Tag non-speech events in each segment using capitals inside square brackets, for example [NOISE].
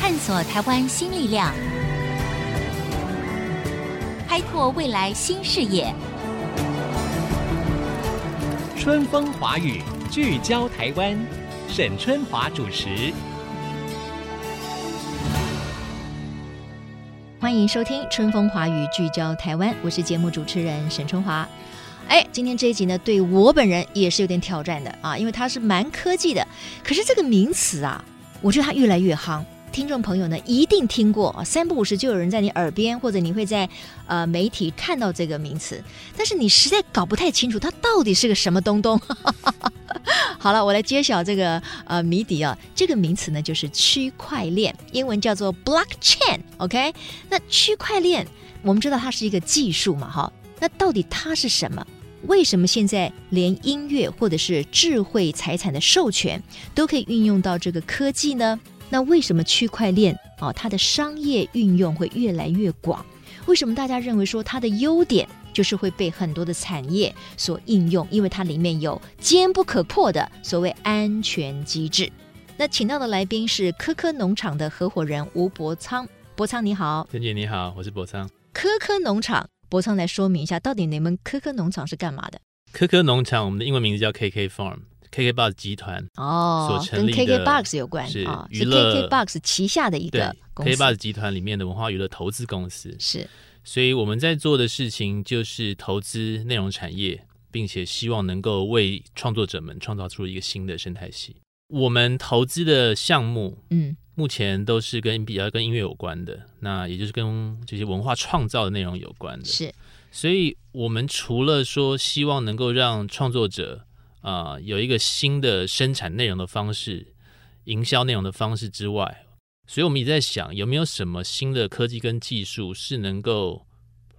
探索台湾新力量，开拓未来新视野。春风华语聚焦台湾，沈春华主持。欢迎收听《春风华语》，聚焦台湾，我是节目主持人沈春华。哎，今天这一集呢，对我本人也是有点挑战的啊，因为它是蛮科技的。可是这个名词啊，我觉得它越来越夯，听众朋友呢一定听过，啊三不五时就有人在你耳边，或者你会在呃媒体看到这个名词，但是你实在搞不太清楚它到底是个什么东 [LAUGHS] 东。好了，我来揭晓这个呃谜底啊，这个名词呢就是区块链，英文叫做 blockchain。OK，那区块链我们知道它是一个技术嘛，哈，那到底它是什么？为什么现在连音乐或者是智慧财产的授权都可以运用到这个科技呢？那为什么区块链啊、它的商业运用会越来越广？为什么大家认为说它的优点就是会被很多的产业所应用？因为它里面有坚不可破的所谓安全机制。那请到的来宾是科科农场的合伙人吴伯仓，伯仓你好。陈姐你好，我是博昌。科科农场，伯仓来说明一下，到底你们科科农场是干嘛的？科科农场，我们的英文名字叫 KK Farm，KK Box 集团哦所，跟成立的 KKBox 有关是啊，娱乐 KKBox 旗下的一对个公，KK 司， Box 集团里面的文化娱乐投资公司。是所以我们在做的事情就是投资内容产业，并且希望能够为创作者们创造出一个新的生态系。我们投资的项目嗯目前都是跟比较跟音乐有关的，那也就是跟这些文化创造的内容有关的。是所以我们除了说希望能够让创作者啊、呃有一个新的生产内容的方式、营销内容的方式之外，所以我们也在想有没有什么新的科技跟技术是能够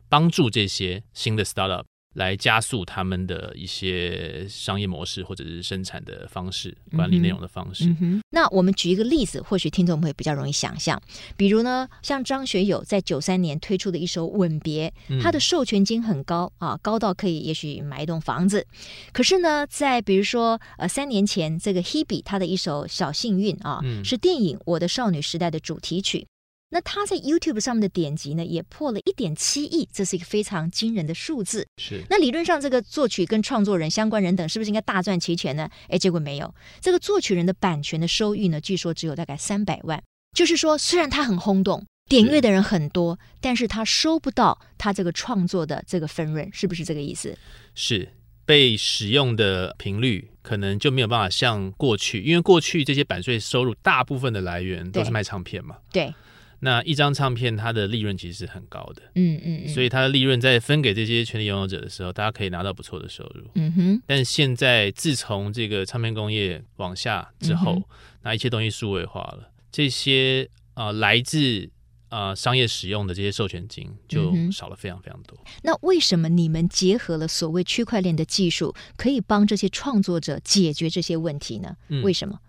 帮助这些新的 startup 来加速他们的一些商业模式或者是生产的方式、管理内容的方式。嗯哼，那我们举一个例子，或许听众朋友比较容易想象，比如呢，像张学友在九三年推出的一首《吻别》，他的授权金很高啊，高到可以也许买一栋房子。可是呢，在比如说呃三年前，这个 Hebe 他的一首《小幸运》啊，嗯是电影《我的少女时代》的主题曲。那他在 YouTube 上面的点击呢，也破了一点七亿，这是一个非常惊人的数字。是那理论上，这个作曲跟创作人、相关人等，是不是应该大赚其权呢？哎，结果没有。这个作曲人的版权的收益呢，据说只有大概三百万。就是说，虽然他很轰动，点阅的人很多，但是他收不到他这个创作的这个分润，是不是这个意思？是被使用的频率可能就没有办法像过去，因为过去这些版税收入大部分的来源都对是卖唱片嘛。对，那一张唱片它的利润其实是很高的，嗯嗯嗯，所以，以它的利润在分给这些权利拥有者的时候，大家可以拿到不错的收入。嗯哼，但现在自从这个唱片工业往下之嗯后哼，那一切东西数位化了，这些啊、呃来自啊、呃商业使用的这些授权金嗯就哼少了非常非常多。那为什么你们结合了所谓区块链的技术，可以帮这些创作者解决这些问题呢？嗯为什么？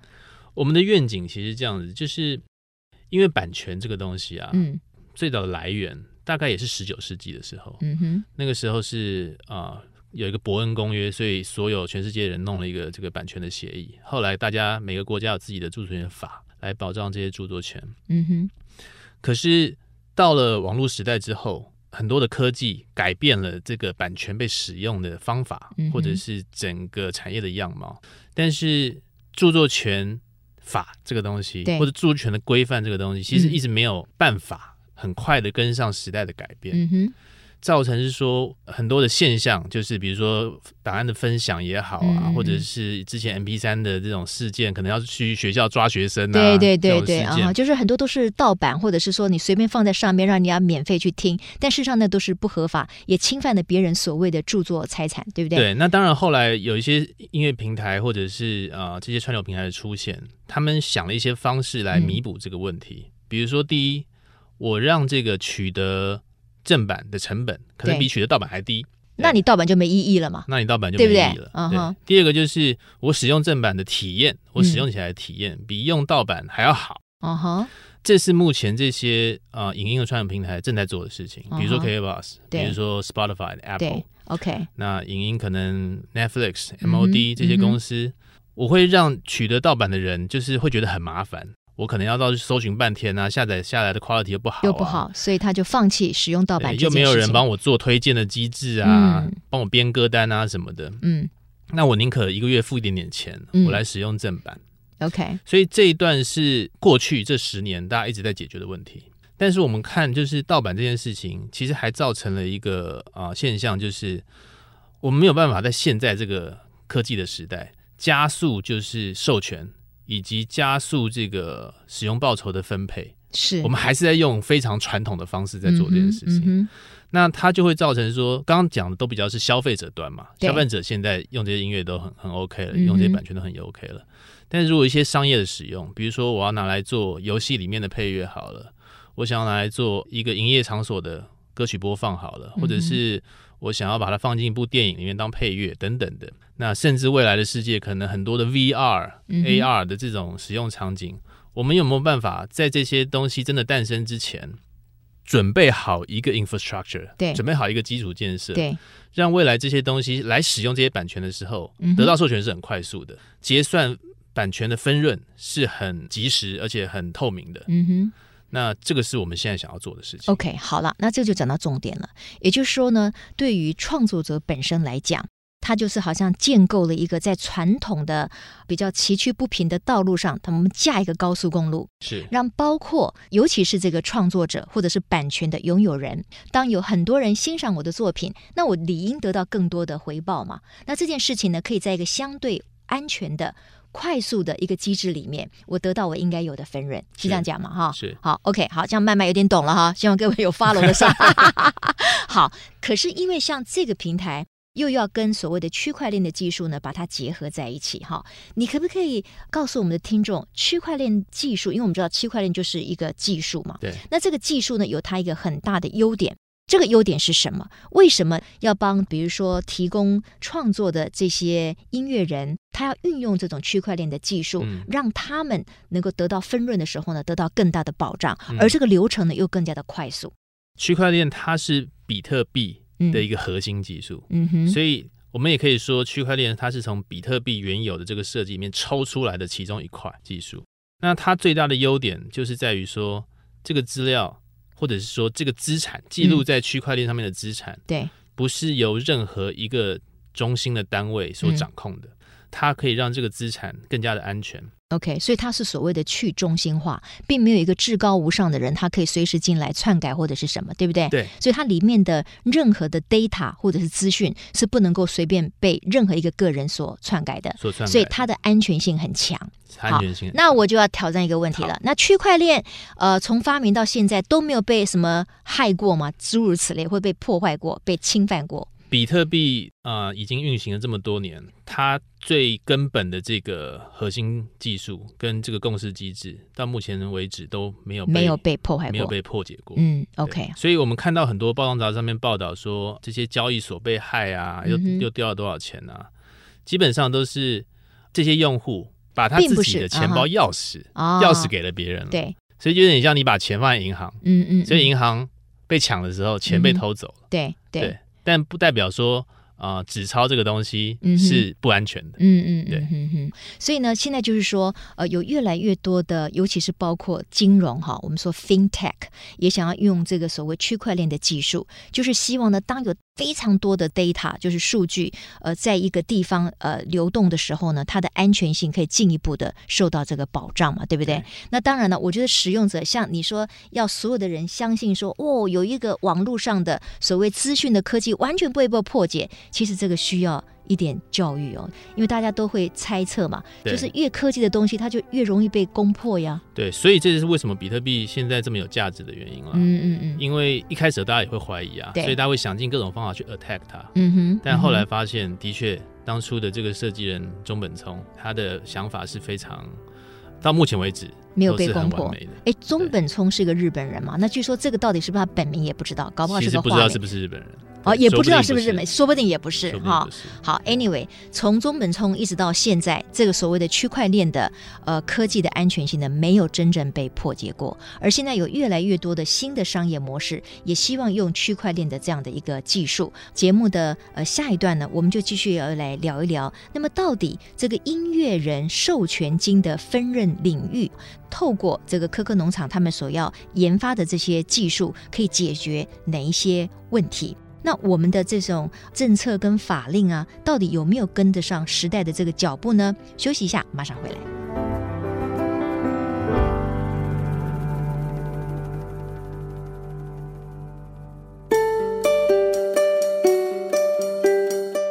我们的愿景其实是这样子，就是因为版权这个东西啊，嗯最早的来源大概也是十九世纪的时候，嗯哼，那个时候是啊、有一个伯恩公约，所以所有全世界人弄了一个这个版权的协议。后来大家每个国家有自己的著作权法来保障这些著作权，嗯哼，可是到了网络时代之后。很多的科技改变了这个版权被使用的方法嗯哼，或者是整个产业的样貌。但是著作权法这个东西对，或者著作权的规范这个东西，其实嗯一直没有办法很快的跟上时代的改变。嗯哼，造成是说很多的现象，就是比如说档案的分享也好啊，嗯或者是之前 MP 三的这种事件，可能要去学校抓学生啊，对对对对这种事啊，件。就是很多都是盗版，或者是说你随便放在上面让人家免费去听，但事实上那都是不合法，也侵犯了别人所谓的著作财产，对不对？对，那当然，后来有一些音乐平台或者是啊这些串流平台的出现，他们想了一些方式来弥补这个问嗯题。比如说，第一，我让这个取得正版的成本可能对比取得盗版还低，那你盗版就没意义了嘛？那你盗版就对不没意对义了。嗯哼第二个就是我使用正版的体验，我使用起来的体验、比用盗版还要好。嗯哼，这是目前这些呃影音的串流平台正在做的事情，比如说嗯哼 KKBox，、对比如说 Spotify、Apple，对，OK，那影音可能 Netflix、嗯哼 MOD 这些嗯哼公司，我会让取得盗版的人就是会觉得很麻烦，我可能要到搜寻半天啊，下载下来的 quality 又不好、啊，又不好，所以他就放弃使用盗版对，这件又事情。没有人帮我做推荐的机制啊，嗯帮我编歌单啊什么的。嗯那我宁可一个月付一点点钱，嗯我来使用正版。 ，OK，所以这一段是过去这十年大家一直在解决的问题。但是我们看，就是盗版这件事情，其实还造成了一个啊、呃现象，就是我们没有办法在现在这个科技的时代加速，就是授权以及加速这个使用报酬的分配。是我们还是在用非常传统的方式在做这件事情。嗯哼嗯那它就会造成说，刚刚讲的都比较是消费者端嘛，对消费者现在用这些音乐都很很 OK 了，嗯哼用这些版权都很 OK 了。但是如果一些商业的使用，比如说我要拿来做游戏里面的配乐好了，我想要拿来做一个营业场所的歌曲播放好了，嗯或者是我想要把它放进一部电影里面当配乐等等的。那甚至未来的世界，可能很多的 VR、嗯哼 AR 的这种使用场景，我们有没有办法在这些东西真的诞生之前，准备好一个 infrastructure，对准备好一个基础建设，哼，，对，让未来这些东西来使用这些版权的时候嗯哼，得到授权是很快速的，结算版权的分润是很及时而且很透明的。嗯哼。那这个是我们现在想要做的事情。 OK，好了，那这就讲到重点了。也就是说呢，对于创作者本身来讲，他就是好像建构了一个在传统的比较崎岖不平的道路上，他们架一个高速公路，是让包括尤其是这个创作者或者是版权的拥有人，当有很多人欣赏我的作品，那我理应得到更多的回报嘛。那这件事情呢，可以在一个相对安全的。快速的一个机制里面，我得到我应该有的分润，是是这样讲嘛？哈，是好，OK，好，这样慢慢有点懂了哈，希望各位有 follow 得 [LAUGHS] 上。 [LAUGHS] 好，可是因为像这个平台又要跟所谓的区块链的技术呢，把它结合在一起哈，你可不可以告诉我们的听众，区块链技术？因为我们知道区块链就是一个技术嘛，对。那这个技术呢，有它一个很大的优点。这个优点是什么？为什么要帮，比如说提供创作的这些音乐人，他要运用这种区块链的技术，嗯让他们能够得到分润的时候呢，得到更大的保障，嗯而这个流程呢又更加的快速。区块链它是比特币嗯的一个核心技术，嗯哼，所以我们也可以说，区块链它是从比特币原有的这个设计里面抽出来的其中一块技术。那它最大的优点就是在于说，这个资料或者是说这个资产记录在区块链上面的资产，嗯对，不是由任何一个中心的单位所嗯掌控的，它可以让这个资产更加的安全。 OK，所以它是所谓的去中心化，并没有一个至高无上的人，他可以随时进来篡改或者是什么，对不对？对所以它里面的任何的 data 或者是资讯是不能够随便被任何一个个人所篡改的，所篡改，嗯所以它的安全性很强。安全性很那我就要挑战一个问题了，那区块链呃从发明到现在都没有被什么害过吗？诸如此类会被破坏过、被侵犯过？比特币啊、呃已经运行了这么多年，它最根本的这个核心技术跟这个共识机制，到目前为止都没哦有被没有被破坏没有过？被破解过。嗯对，OK，所以我们看到很多报章杂志上面报道说，这些交易所被害啊，又、嗯哼又掉了多少钱啊，基本上都是这些用户把他并不自己是的钱啊哈包钥匙、哦钥匙给了别人了，对，所以就有点像你把钱放在银行，嗯嗯，所以嗯银行被抢的时候，钱被嗯哼偷走了。对对。对，但不代表说啊、呃纸钞这个东西嗯哼是不安全的。嗯嗯，对嗯嗯嗯，所以呢，现在就是说，呃，有越来越多的，尤其是包括金融哈，我们说 fintech 也想要用这个所谓区块链的技术，就是希望呢，当有非常多的 data，就是数据，呃，在一个地方呃流动的时候呢，它的安全性可以进一步的受到这个保障嘛，对不对？对那当然了，我觉得使用者像你说，要所有的人相信说，哦，有一个网络上的所谓资讯的科技完全不会被破解，其实这个需要。一点教育哦，因为大家都会猜测嘛，对就是越科技的东西，它就越容易被攻破呀。对，所以这就是为什么比特币现在这么有价值的原因了。嗯嗯嗯，因为一开始大家也会怀疑啊，对所以大家会想尽各种方法去 attack 它。嗯哼。但后来嗯发现，的确，当初的这个设计人中本聪，他的想法是非常，到目前为止哼没有都被是攻很破完。美的。哎，中本聪是个日本人嘛？那据说这个到底是不是他本名也不知道，搞不好其是实个不知道化是名。不是日本人，哦，也不知道是说不不是美，美，说不定也不是说不定哈不。是好，anyway，从中本聪一直到现在，这个所谓的区块链的呃科技的安全性呢，没有真正被破解过。而现在有越来越多的新的商业模式，也希望用区块链的这样的一个技术。节目的呃下一段呢，我们就继续要来聊一聊，那么到底这个音乐人授权金的分润领域，透过这个科科农场他们所要研发的这些技术，可以解决哪一些问题？那我们的这种政策跟法令啊，到底有没有跟得上时代的这个脚步呢？休息一下，马上回来。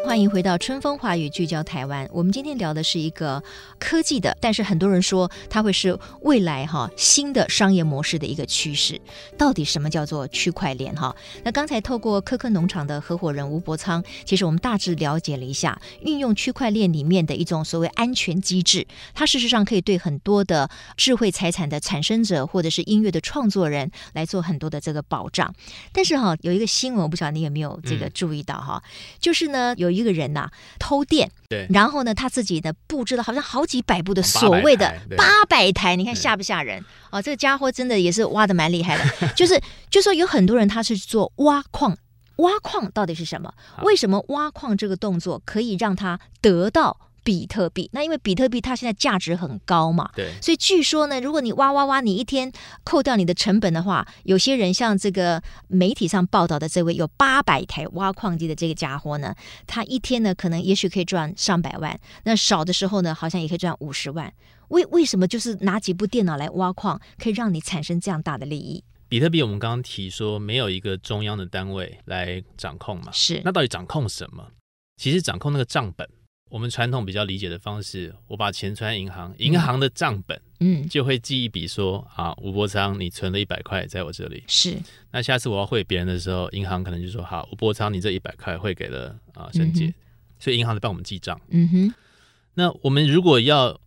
欢迎回到春风华语，聚焦台湾。我们今天聊的是一个科技的，但是很多人说它会是未来哈新的商业模式的一个趋势。到底什么叫做区块链哈？那刚才透过科科农场的合伙人吴伯昌，其实我们大致了解了一下，运用区块链里面的一种所谓安全机制，它事实上可以对很多的智慧财产的产生者或者是音乐的创作人来做很多的这个保障。但是哈，有一个新闻，我不晓得你有没有这个嗯注意到哈，就是呢，有一个人呐、偷电，对然后呢，他自己呢布置了好像好几百部的800所谓的台对八百台，你看对吓不吓人？哦，这个家伙真的也是挖的蛮厉害的， [LAUGHS] 就是就说有很多人他是做挖矿。挖矿到底是什么？好为什么挖矿这个动作可以让他得到比特币？那因为比特币它现在价值很高嘛，对所以据说呢，如果你挖挖挖，你一天扣掉你的成本的话，有些人像这个媒体上报道的这位有八百台挖矿机的这个家伙呢，他一天呢可能也许可以赚上百万，那少的时候呢好像也可以赚五十万。为为什么就是拿几部电脑来挖矿，可以让你产生这样大的利益？比特币，我们刚刚提说没有一个中央的单位来掌控嘛，是那到底掌控什么？其实掌控那个账本。我们传统比较理解的方式，我把钱存在银行，银行的账本嗯就会记一笔说啊，吴伯昌，你存了一百块在我这里。是那下次我要汇别人的时候，银行可能就说好，吴伯昌，你这一百块汇给了啊沈姐，嗯所以银行在帮我们记账。嗯哼那我们如果要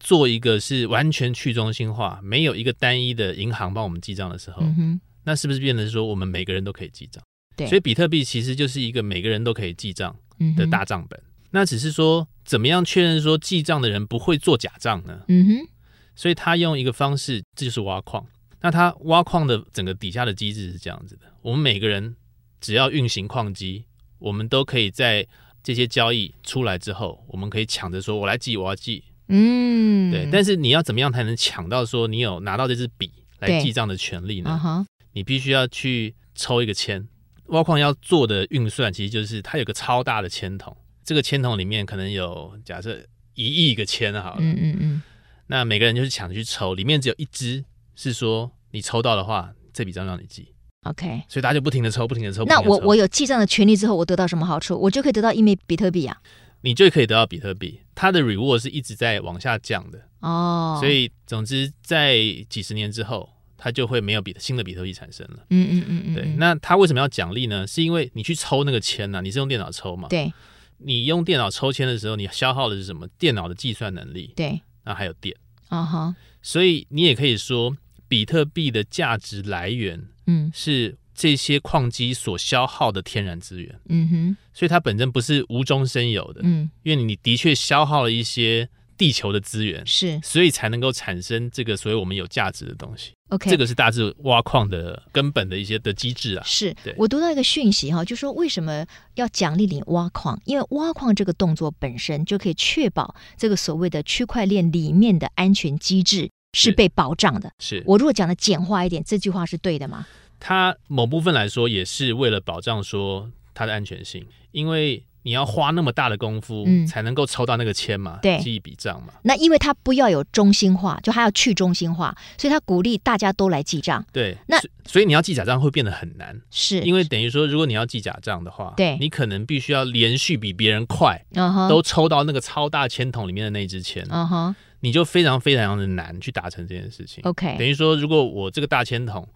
做一个是完全去中心化，没有一个单一的银行帮我们记账的时候，嗯哼那是不是变成说我们每个人都可以记账？对所以比特币其实就是一个每个人都可以记账嗯哼的大账本。那只是说怎么样确认说记账的人不会做假账呢？嗯哼所以他用一个方式，这就是挖矿。那他挖矿的整个底下的机制是这样子的：我们每个人只要运行矿机，我们都可以在这些交易出来之后，我们可以抢着说“我来记，我要记”。嗯对，但是你要怎么样才能抢到说你有拿到这支笔来对记账的权利啊呢？哈你必须要去抽一个签。挖矿要做的运算，其实就是它有个超大的签筒，这个签筒里面可能有假设一亿个签好了，嗯嗯嗯那每个人就是抢着去抽，里面只有一支是说你抽到的话，这笔账让你记， OK。所以大家就不停的抽，不停的抽。那不停地我抽我有记账的权利之后，我得到什么好处？我就可以得到一枚比特币啊！你就可以得到比特币，它的 reward 是一直在往下降的，哦，所以总之在几十年之后，它就会没有比新的比特币产生了。嗯嗯嗯嗯，对，嗯那它为什么要奖励呢？是因为你去抽那个签啊呐、你是用电脑抽嘛？，对你用电脑抽签的时候，你消耗的是什么？电脑的计算能力，对，那还有电，啊哈，所以你也可以说，比特币的价值来源嗯是这些矿机所消耗的天然资源，嗯哼，所以它本身不是无中生有的，嗯因为你的确消耗了一些地球的资源，是所以才能够产生这个所谓我们有价值的东西。 OK，这个是大致挖矿的根本的一些的机制啊。是对我读到一个讯息哈，就说为什么要奖励你挖矿？因为挖矿这个动作本身就可以确保这个所谓的区块链里面的安全机制是是被保障的。是我如果讲的简化一点，这句话是对的吗？它某部分来说也是为了保障说它的安全性，因为你要花那么大的功夫嗯才能够抽到那个签嘛，对记一笔账嘛。那因为它不要有中心化，就它要去中心化，所以它鼓励大家都来记账。对，那所所以你要记假账会变得很难，是，因为为等于说，如果你要记假账的话，对你可能必须要连续比别人快，嗯哼，都抽到那个超大签筒里面的那支签，嗯哼你就非常非常的难去达成这件事情。 ，OK，等于说，如果我这个大签筒，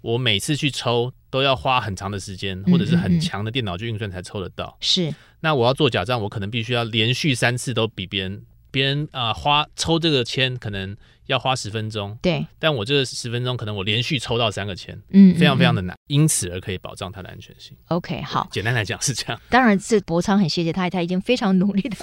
我每次去抽都要花很长的时间，或者嗯是嗯很嗯强的电脑去运算才抽得到。是那我要做假账，我可能必须要连续三次都比别人，别人啊、花抽这个签可能要花十分钟，对，但我这十分钟可能我连续抽到三个签，嗯，非常非常的的难，因此而可以保障它的安全性。 OK 好。简单来讲是这样。当然，这博昌很谢谢他，他已经非常努力的，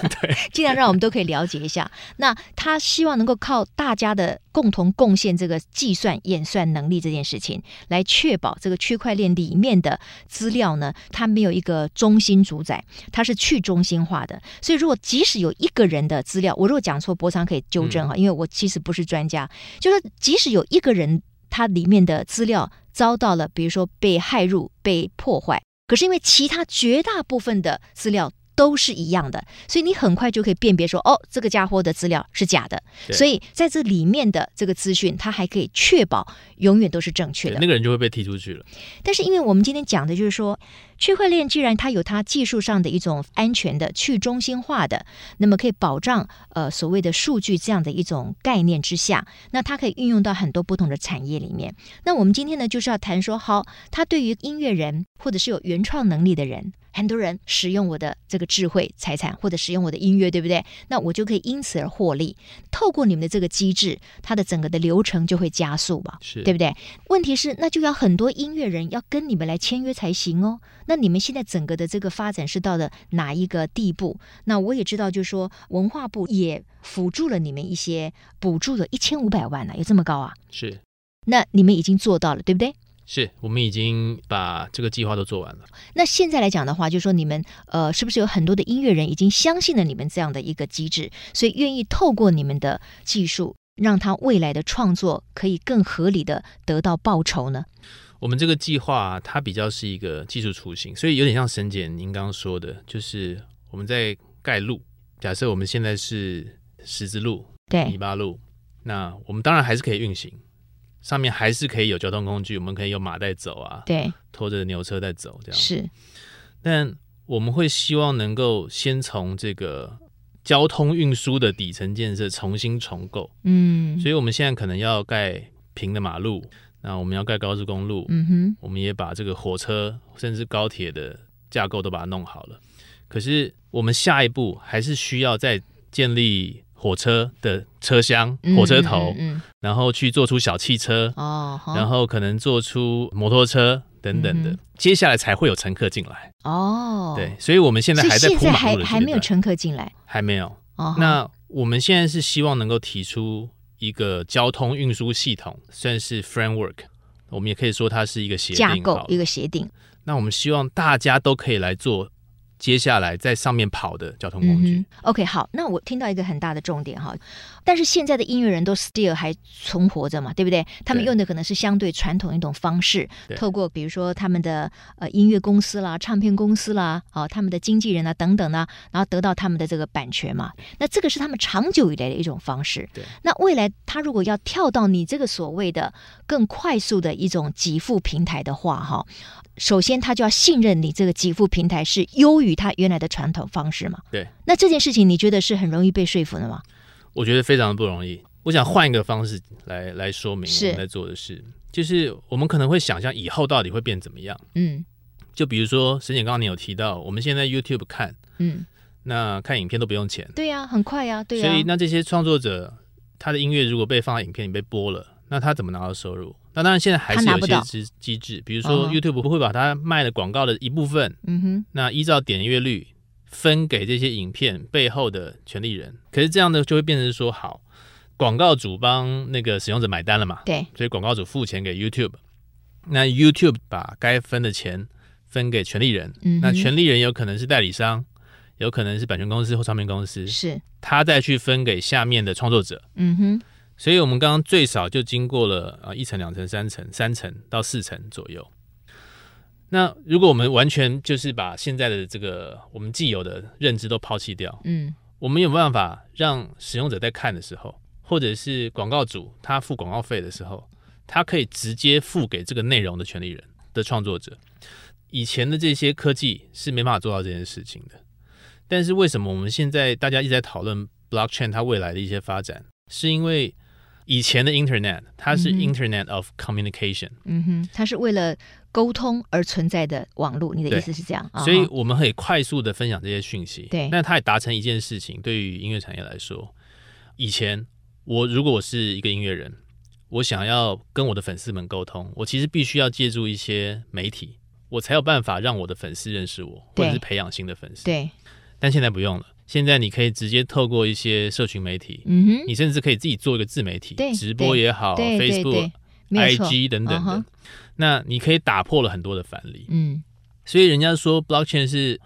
尽量让我们都可以了解一下。那他希望能够靠大家的共同贡献，这个计算演算能力这件事情，来确保这个区块链里面的资料呢，它没有一个中心主宰，它是去中心化的。所以，如果即使有一个人的资料，我如果讲错，博昌可以纠正啊哈，因为我其实不是专家，就是即使有一个人他里面的资料遭到了，比如说被害入、被破坏，可是因为其他绝大部分的资料。都是一样的，所以你很快就可以辨别说，哦，这个家伙的资料是假的。对所以在这里面的这个资讯，它还可以确保永远都是正确对的。那个人就会被踢出去了。但是，因为我们今天讲的就是说，区块链既然它有它技术上的一种安全的、去中心化的，那么可以保障呃所谓的数据这样的一种概念之下，那它可以运用到很多不同的产业里面。那我们今天呢，就是要谈说，好，它对于音乐人或者是有原创能力的人。很多人使用我的这个智慧财产，或者使用我的音乐，对不对？那我就可以因此而获利。透过你们的这个机制，它的整个的流程就会加速吧？是对不对？问题是，那就要很多音乐人要跟你们来签约才行哦。那你们现在整个的这个发展是到了哪一个地步？那我也知道，就是说文化部也辅助了你们一些补助了一千五百万呢、有这么高啊？是那你们已经做到了，对不对？是，我们已经把这个计划都做完了。那现在来讲的话，就说你们呃，是不是有很多的音乐人已经相信了你们这样的一个机制，所以愿意透过你们的技术，让他未来的创作可以更合理的得到报酬呢？我们这个计划、啊、它比较是一个技术雏形，所以有点像沈姐您刚刚说的，就是我们在盖路。假设我们现在是十字路、泥对，巴路，那我们当然还是可以运行，上面还是可以有交通工具，我们可以有马带走啊，对，拖着牛车在走这样。是。但我们会希望能够先从这个交通运输的底层建设重新重构，嗯，所以我们现在可能要盖平的马路，那我们要盖高速公路，嗯哼，我们也把这个火车甚至高铁的架构都把它弄好了。可是我们下一步还是需要再建立火车的车厢、嗯火车头，嗯，嗯然后去做出小汽车嗯，哦，好然后可能做出摩托车等等的，嗯接下来才会有乘客进来。哦，对，，所以我们现在所以还在现铺在马还路的阶还没有段乘客进来还没有。哦，那我们现在是希望能够提出一个交通运输系统，算是 framework，我们也可以说它是一个协架定构好了一个协定，那我们希望大家都可以来做接下来在上面跑的交通嗯工具。哼，OK，好，那我听到一个很大的重点哈，但是现在的音乐人都 still 还存活着嘛，对不对？他们对用的可能是相对传统一种方式，对透过比如说他们的呃音乐公司啦、唱片公司啦、哦他们的经纪人啊等等呢，然后得到他们的这个版权嘛。那这个是他们长久以来的一种方式。对，那未来他如果要跳到你这个所谓的更快速的一种给付平台的话，哈，首先他就要信任你这个给付平台是优于他原来的传统方式嘛。对，那这件事情你觉得是很容易被说服的吗？我觉得非常的不容易。我想换一个方式来来说明是我们在做的事，就是我们可能会想象以后到底会变怎么样。嗯就比如说沈姐刚刚你有提到，我们现在 YouTube 看，嗯，那看影片都不用钱，对呀、啊很快呀、对呀、所以那这些创作者他的音乐如果被放在影片里被播了，那他怎么拿到收入？那当然现在还他是拿有不一些到机机制，比如说嗯哼 YouTube 会把它卖的广告的一部分嗯哼，那依照点阅率分给这些影片背后的权利人。可是这样的就会变成说，好，广告主帮那个使用者买单了嘛，对，所以广告主付钱给 YouTube，那 YouTube 把该分的钱分给权利人，嗯哼那权利人有可能是代理商，有可能是版权公司或唱片公司，是，他再去分给下面的创作者。嗯哼，所以我们刚刚最少就经过了呃一层、两层、三层、三层到四层左右。那如果我们完全就是把现在的这个我们既有的认知都抛弃掉，嗯我们有没有办法让使用者在看的时候，或者是广告主他付广告费的时候，他可以直接付给这个内容的权利人的创作者？以前的这些科技是没办法做到这件事情的。但是为什么我们现在大家一直在讨论 blockchain 它未来的一些发展？是因为以前的 Internet 它是嗯 Internet of Communication，、嗯哼，它是为了沟通而存在的网络，你的对意思是这样？啊所以哈我们可以快速的分享这些讯息。对但它也达成一件事情，对于音乐产业来说，以前我如果我是一个音乐人，我想要跟我的粉丝们沟通，我其实必须要借助一些媒体，我才有办法让我的粉丝认识我，或对者是培养新的粉丝。对，但现在不用了，现在你可以直接透过一些社群媒体，嗯哼，你甚至可以自己做一个自媒体对，直播也好对对哦，Facebook 对、，没有错， IG 等等的嗯哼那你可以打破了很多的藩篱。嗯，所以人家说 blockchain 是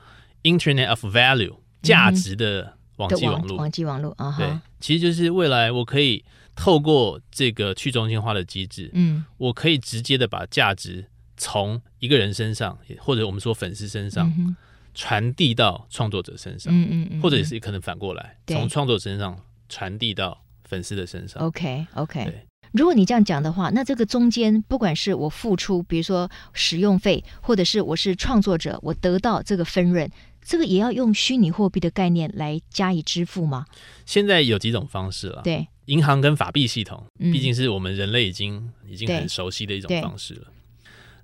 Internet of Value 价值的网嗯的际网络。网际网络啊对哈，，其实就是未来我可以透过这个去中心化的机制，嗯我可以直接的把价值从一个人身上，或者我们说粉丝身上、嗯哼传递到创作者身上，嗯嗯嗯，或者也是可能反过来，对哦从创作者身上传递到粉丝的身上。 OK OK 对。如果你这样讲的话，那这个中间不管是我付出，比如说使用费，或者是我是创作者，我得到这个分润，这个也要用虚拟货币的概念来加以支付吗？现在有几种方式了，对银行跟法币系统，嗯毕竟是我们人类已经已经对很熟悉的一种对方式了。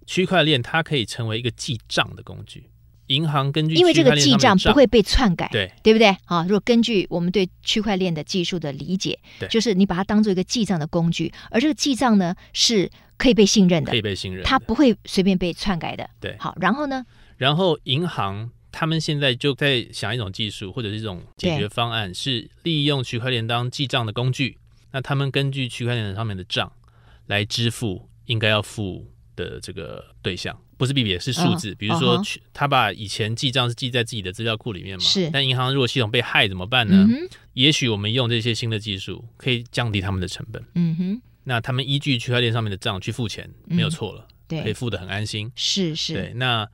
区块链它可以成为一个记账的工具，银行根据因为这个区块链记上面的账不会被篡改，对不对？啊，如果根据我们对区块链的技术的理解，对就是你把它当做一个记账的工具，而这个记账呢是可以被信任的可，以被信任的，它不会随便被篡改的。对好，然后呢？然后银行他们现在就在想一种技术或者是一种解决方案，是利用区块链当记账的工具。那他们根据区块链上面的账来支付应该要付的这个对象，不是币别是数字。嗯比如嗯说哼去，他把以前记账是记在自己的资料库里面嘛，是但银行如果系统被害怎么办呢嗯？哼，也许我们用这些新的技术可以降低他们的成本。嗯哼，那他们依据区块链上面的账去付钱，嗯没有错了，可以对，付得很安心。是是，对，那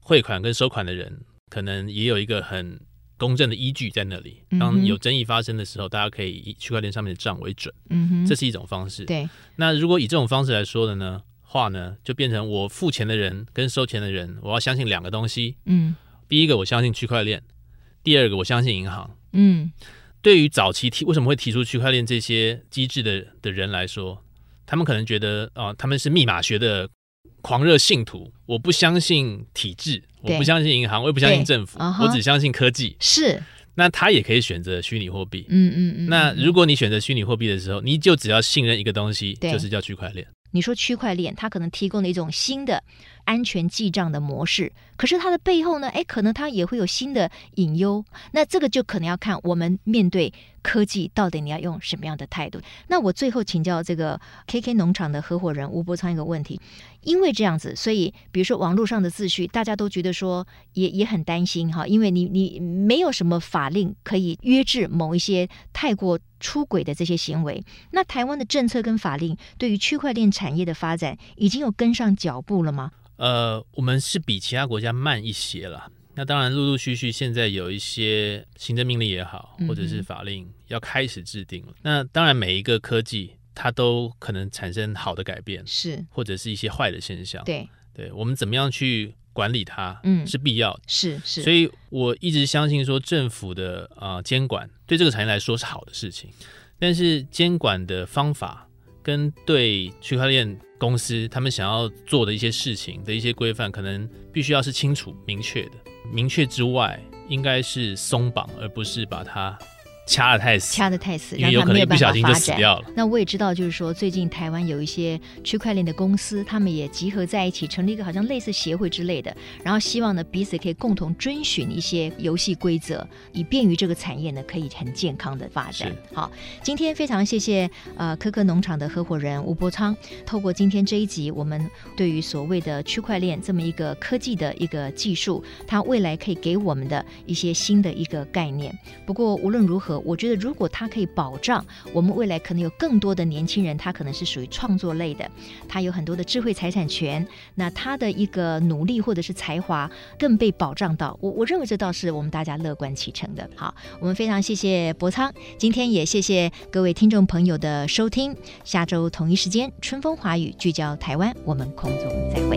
汇款跟收款的人可能也有一个很公正的依据在那里。嗯哼当有争议发生的时候，大家可以以区块链上面的账为准，嗯哼，这是一种方式。对，那如果以这种方式来说的呢，话呢就变成我付钱的人跟收钱的人，我要相信两个东西：嗯第一个我相信区块链，第二个我相信银行。嗯，对于早期提为什么会提出区块链这些机制的的人来说，他们可能觉得啊、他们是密码学的狂热信徒，我不相信体制，对我不相信银行，我也不相信政府对啊，哈我只相信科技。是，那他也可以选择虚拟货币。嗯嗯嗯。那嗯如果你选择虚拟货币的时候，你就只要信任一个东西，对就是叫区块链。你说区块链，它可能提供了一种新的安全记账的模式，可是它的背后呢，哎，可能它也会有新的隐忧。那这个就可能要看我们面对科技到底你要用什么样的态度。那我最后请教这个 KK 农场的合伙人吴伯昌一个问题：因为这样子，所以比如说网络上的秩序，大家都觉得说也也很担心哈，因为你你没有什么法令可以约制某一些太过出轨的这些行为。那台湾的政策跟法令对于区块链产业的发展已经有跟上脚步了吗？呃，我们是比其他国家慢一些啦。那当然，陆陆续续现在有一些行政命令也好嗯哼，或者是法令要开始制定了。那当然，每一个科技它都可能产生好的改变，是，或者是一些坏的现象。对，对，我们怎么样去管理它，嗯是必要的。是是，所以我一直相信说，政府的啊、呃监管对这个产业来说是好的事情，但是监管的方法跟对区块链公司他们想要做的一些事情的一些规范，可能必须要是清楚明确的。明确之外，应该是松绑，而不是把它掐得太死，掐得太死，因让为有它可没能一有不办小法心就发死展。掉了。那我也知道，就是说，最近台湾有一些区块链的公司，他们也集合在一起，成立一个好像类似协会之类的，然后希望呢彼此可以共同遵循一些游戏规则，以便于这个产业呢可以很健康的发展。好，今天非常谢谢呃科科农场的合伙人吴伯昌，透过今天这一集，我们对于所谓的区块链这么一个科技的一个技术，它未来可以给我们的一些新的一个概念。不过无论如何，我觉得如果它可以保障我们未来可能有更多的年轻人，他可能是属于创作类的，他有很多的智慧财产权，那他的一个努力或者是才华更被保障到。我我认为这倒是我们大家乐观其成的。好，我们非常谢谢博仓，今天也谢谢各位听众朋友的收听。下周同一时间，春风华语聚焦台湾，我们空中再会。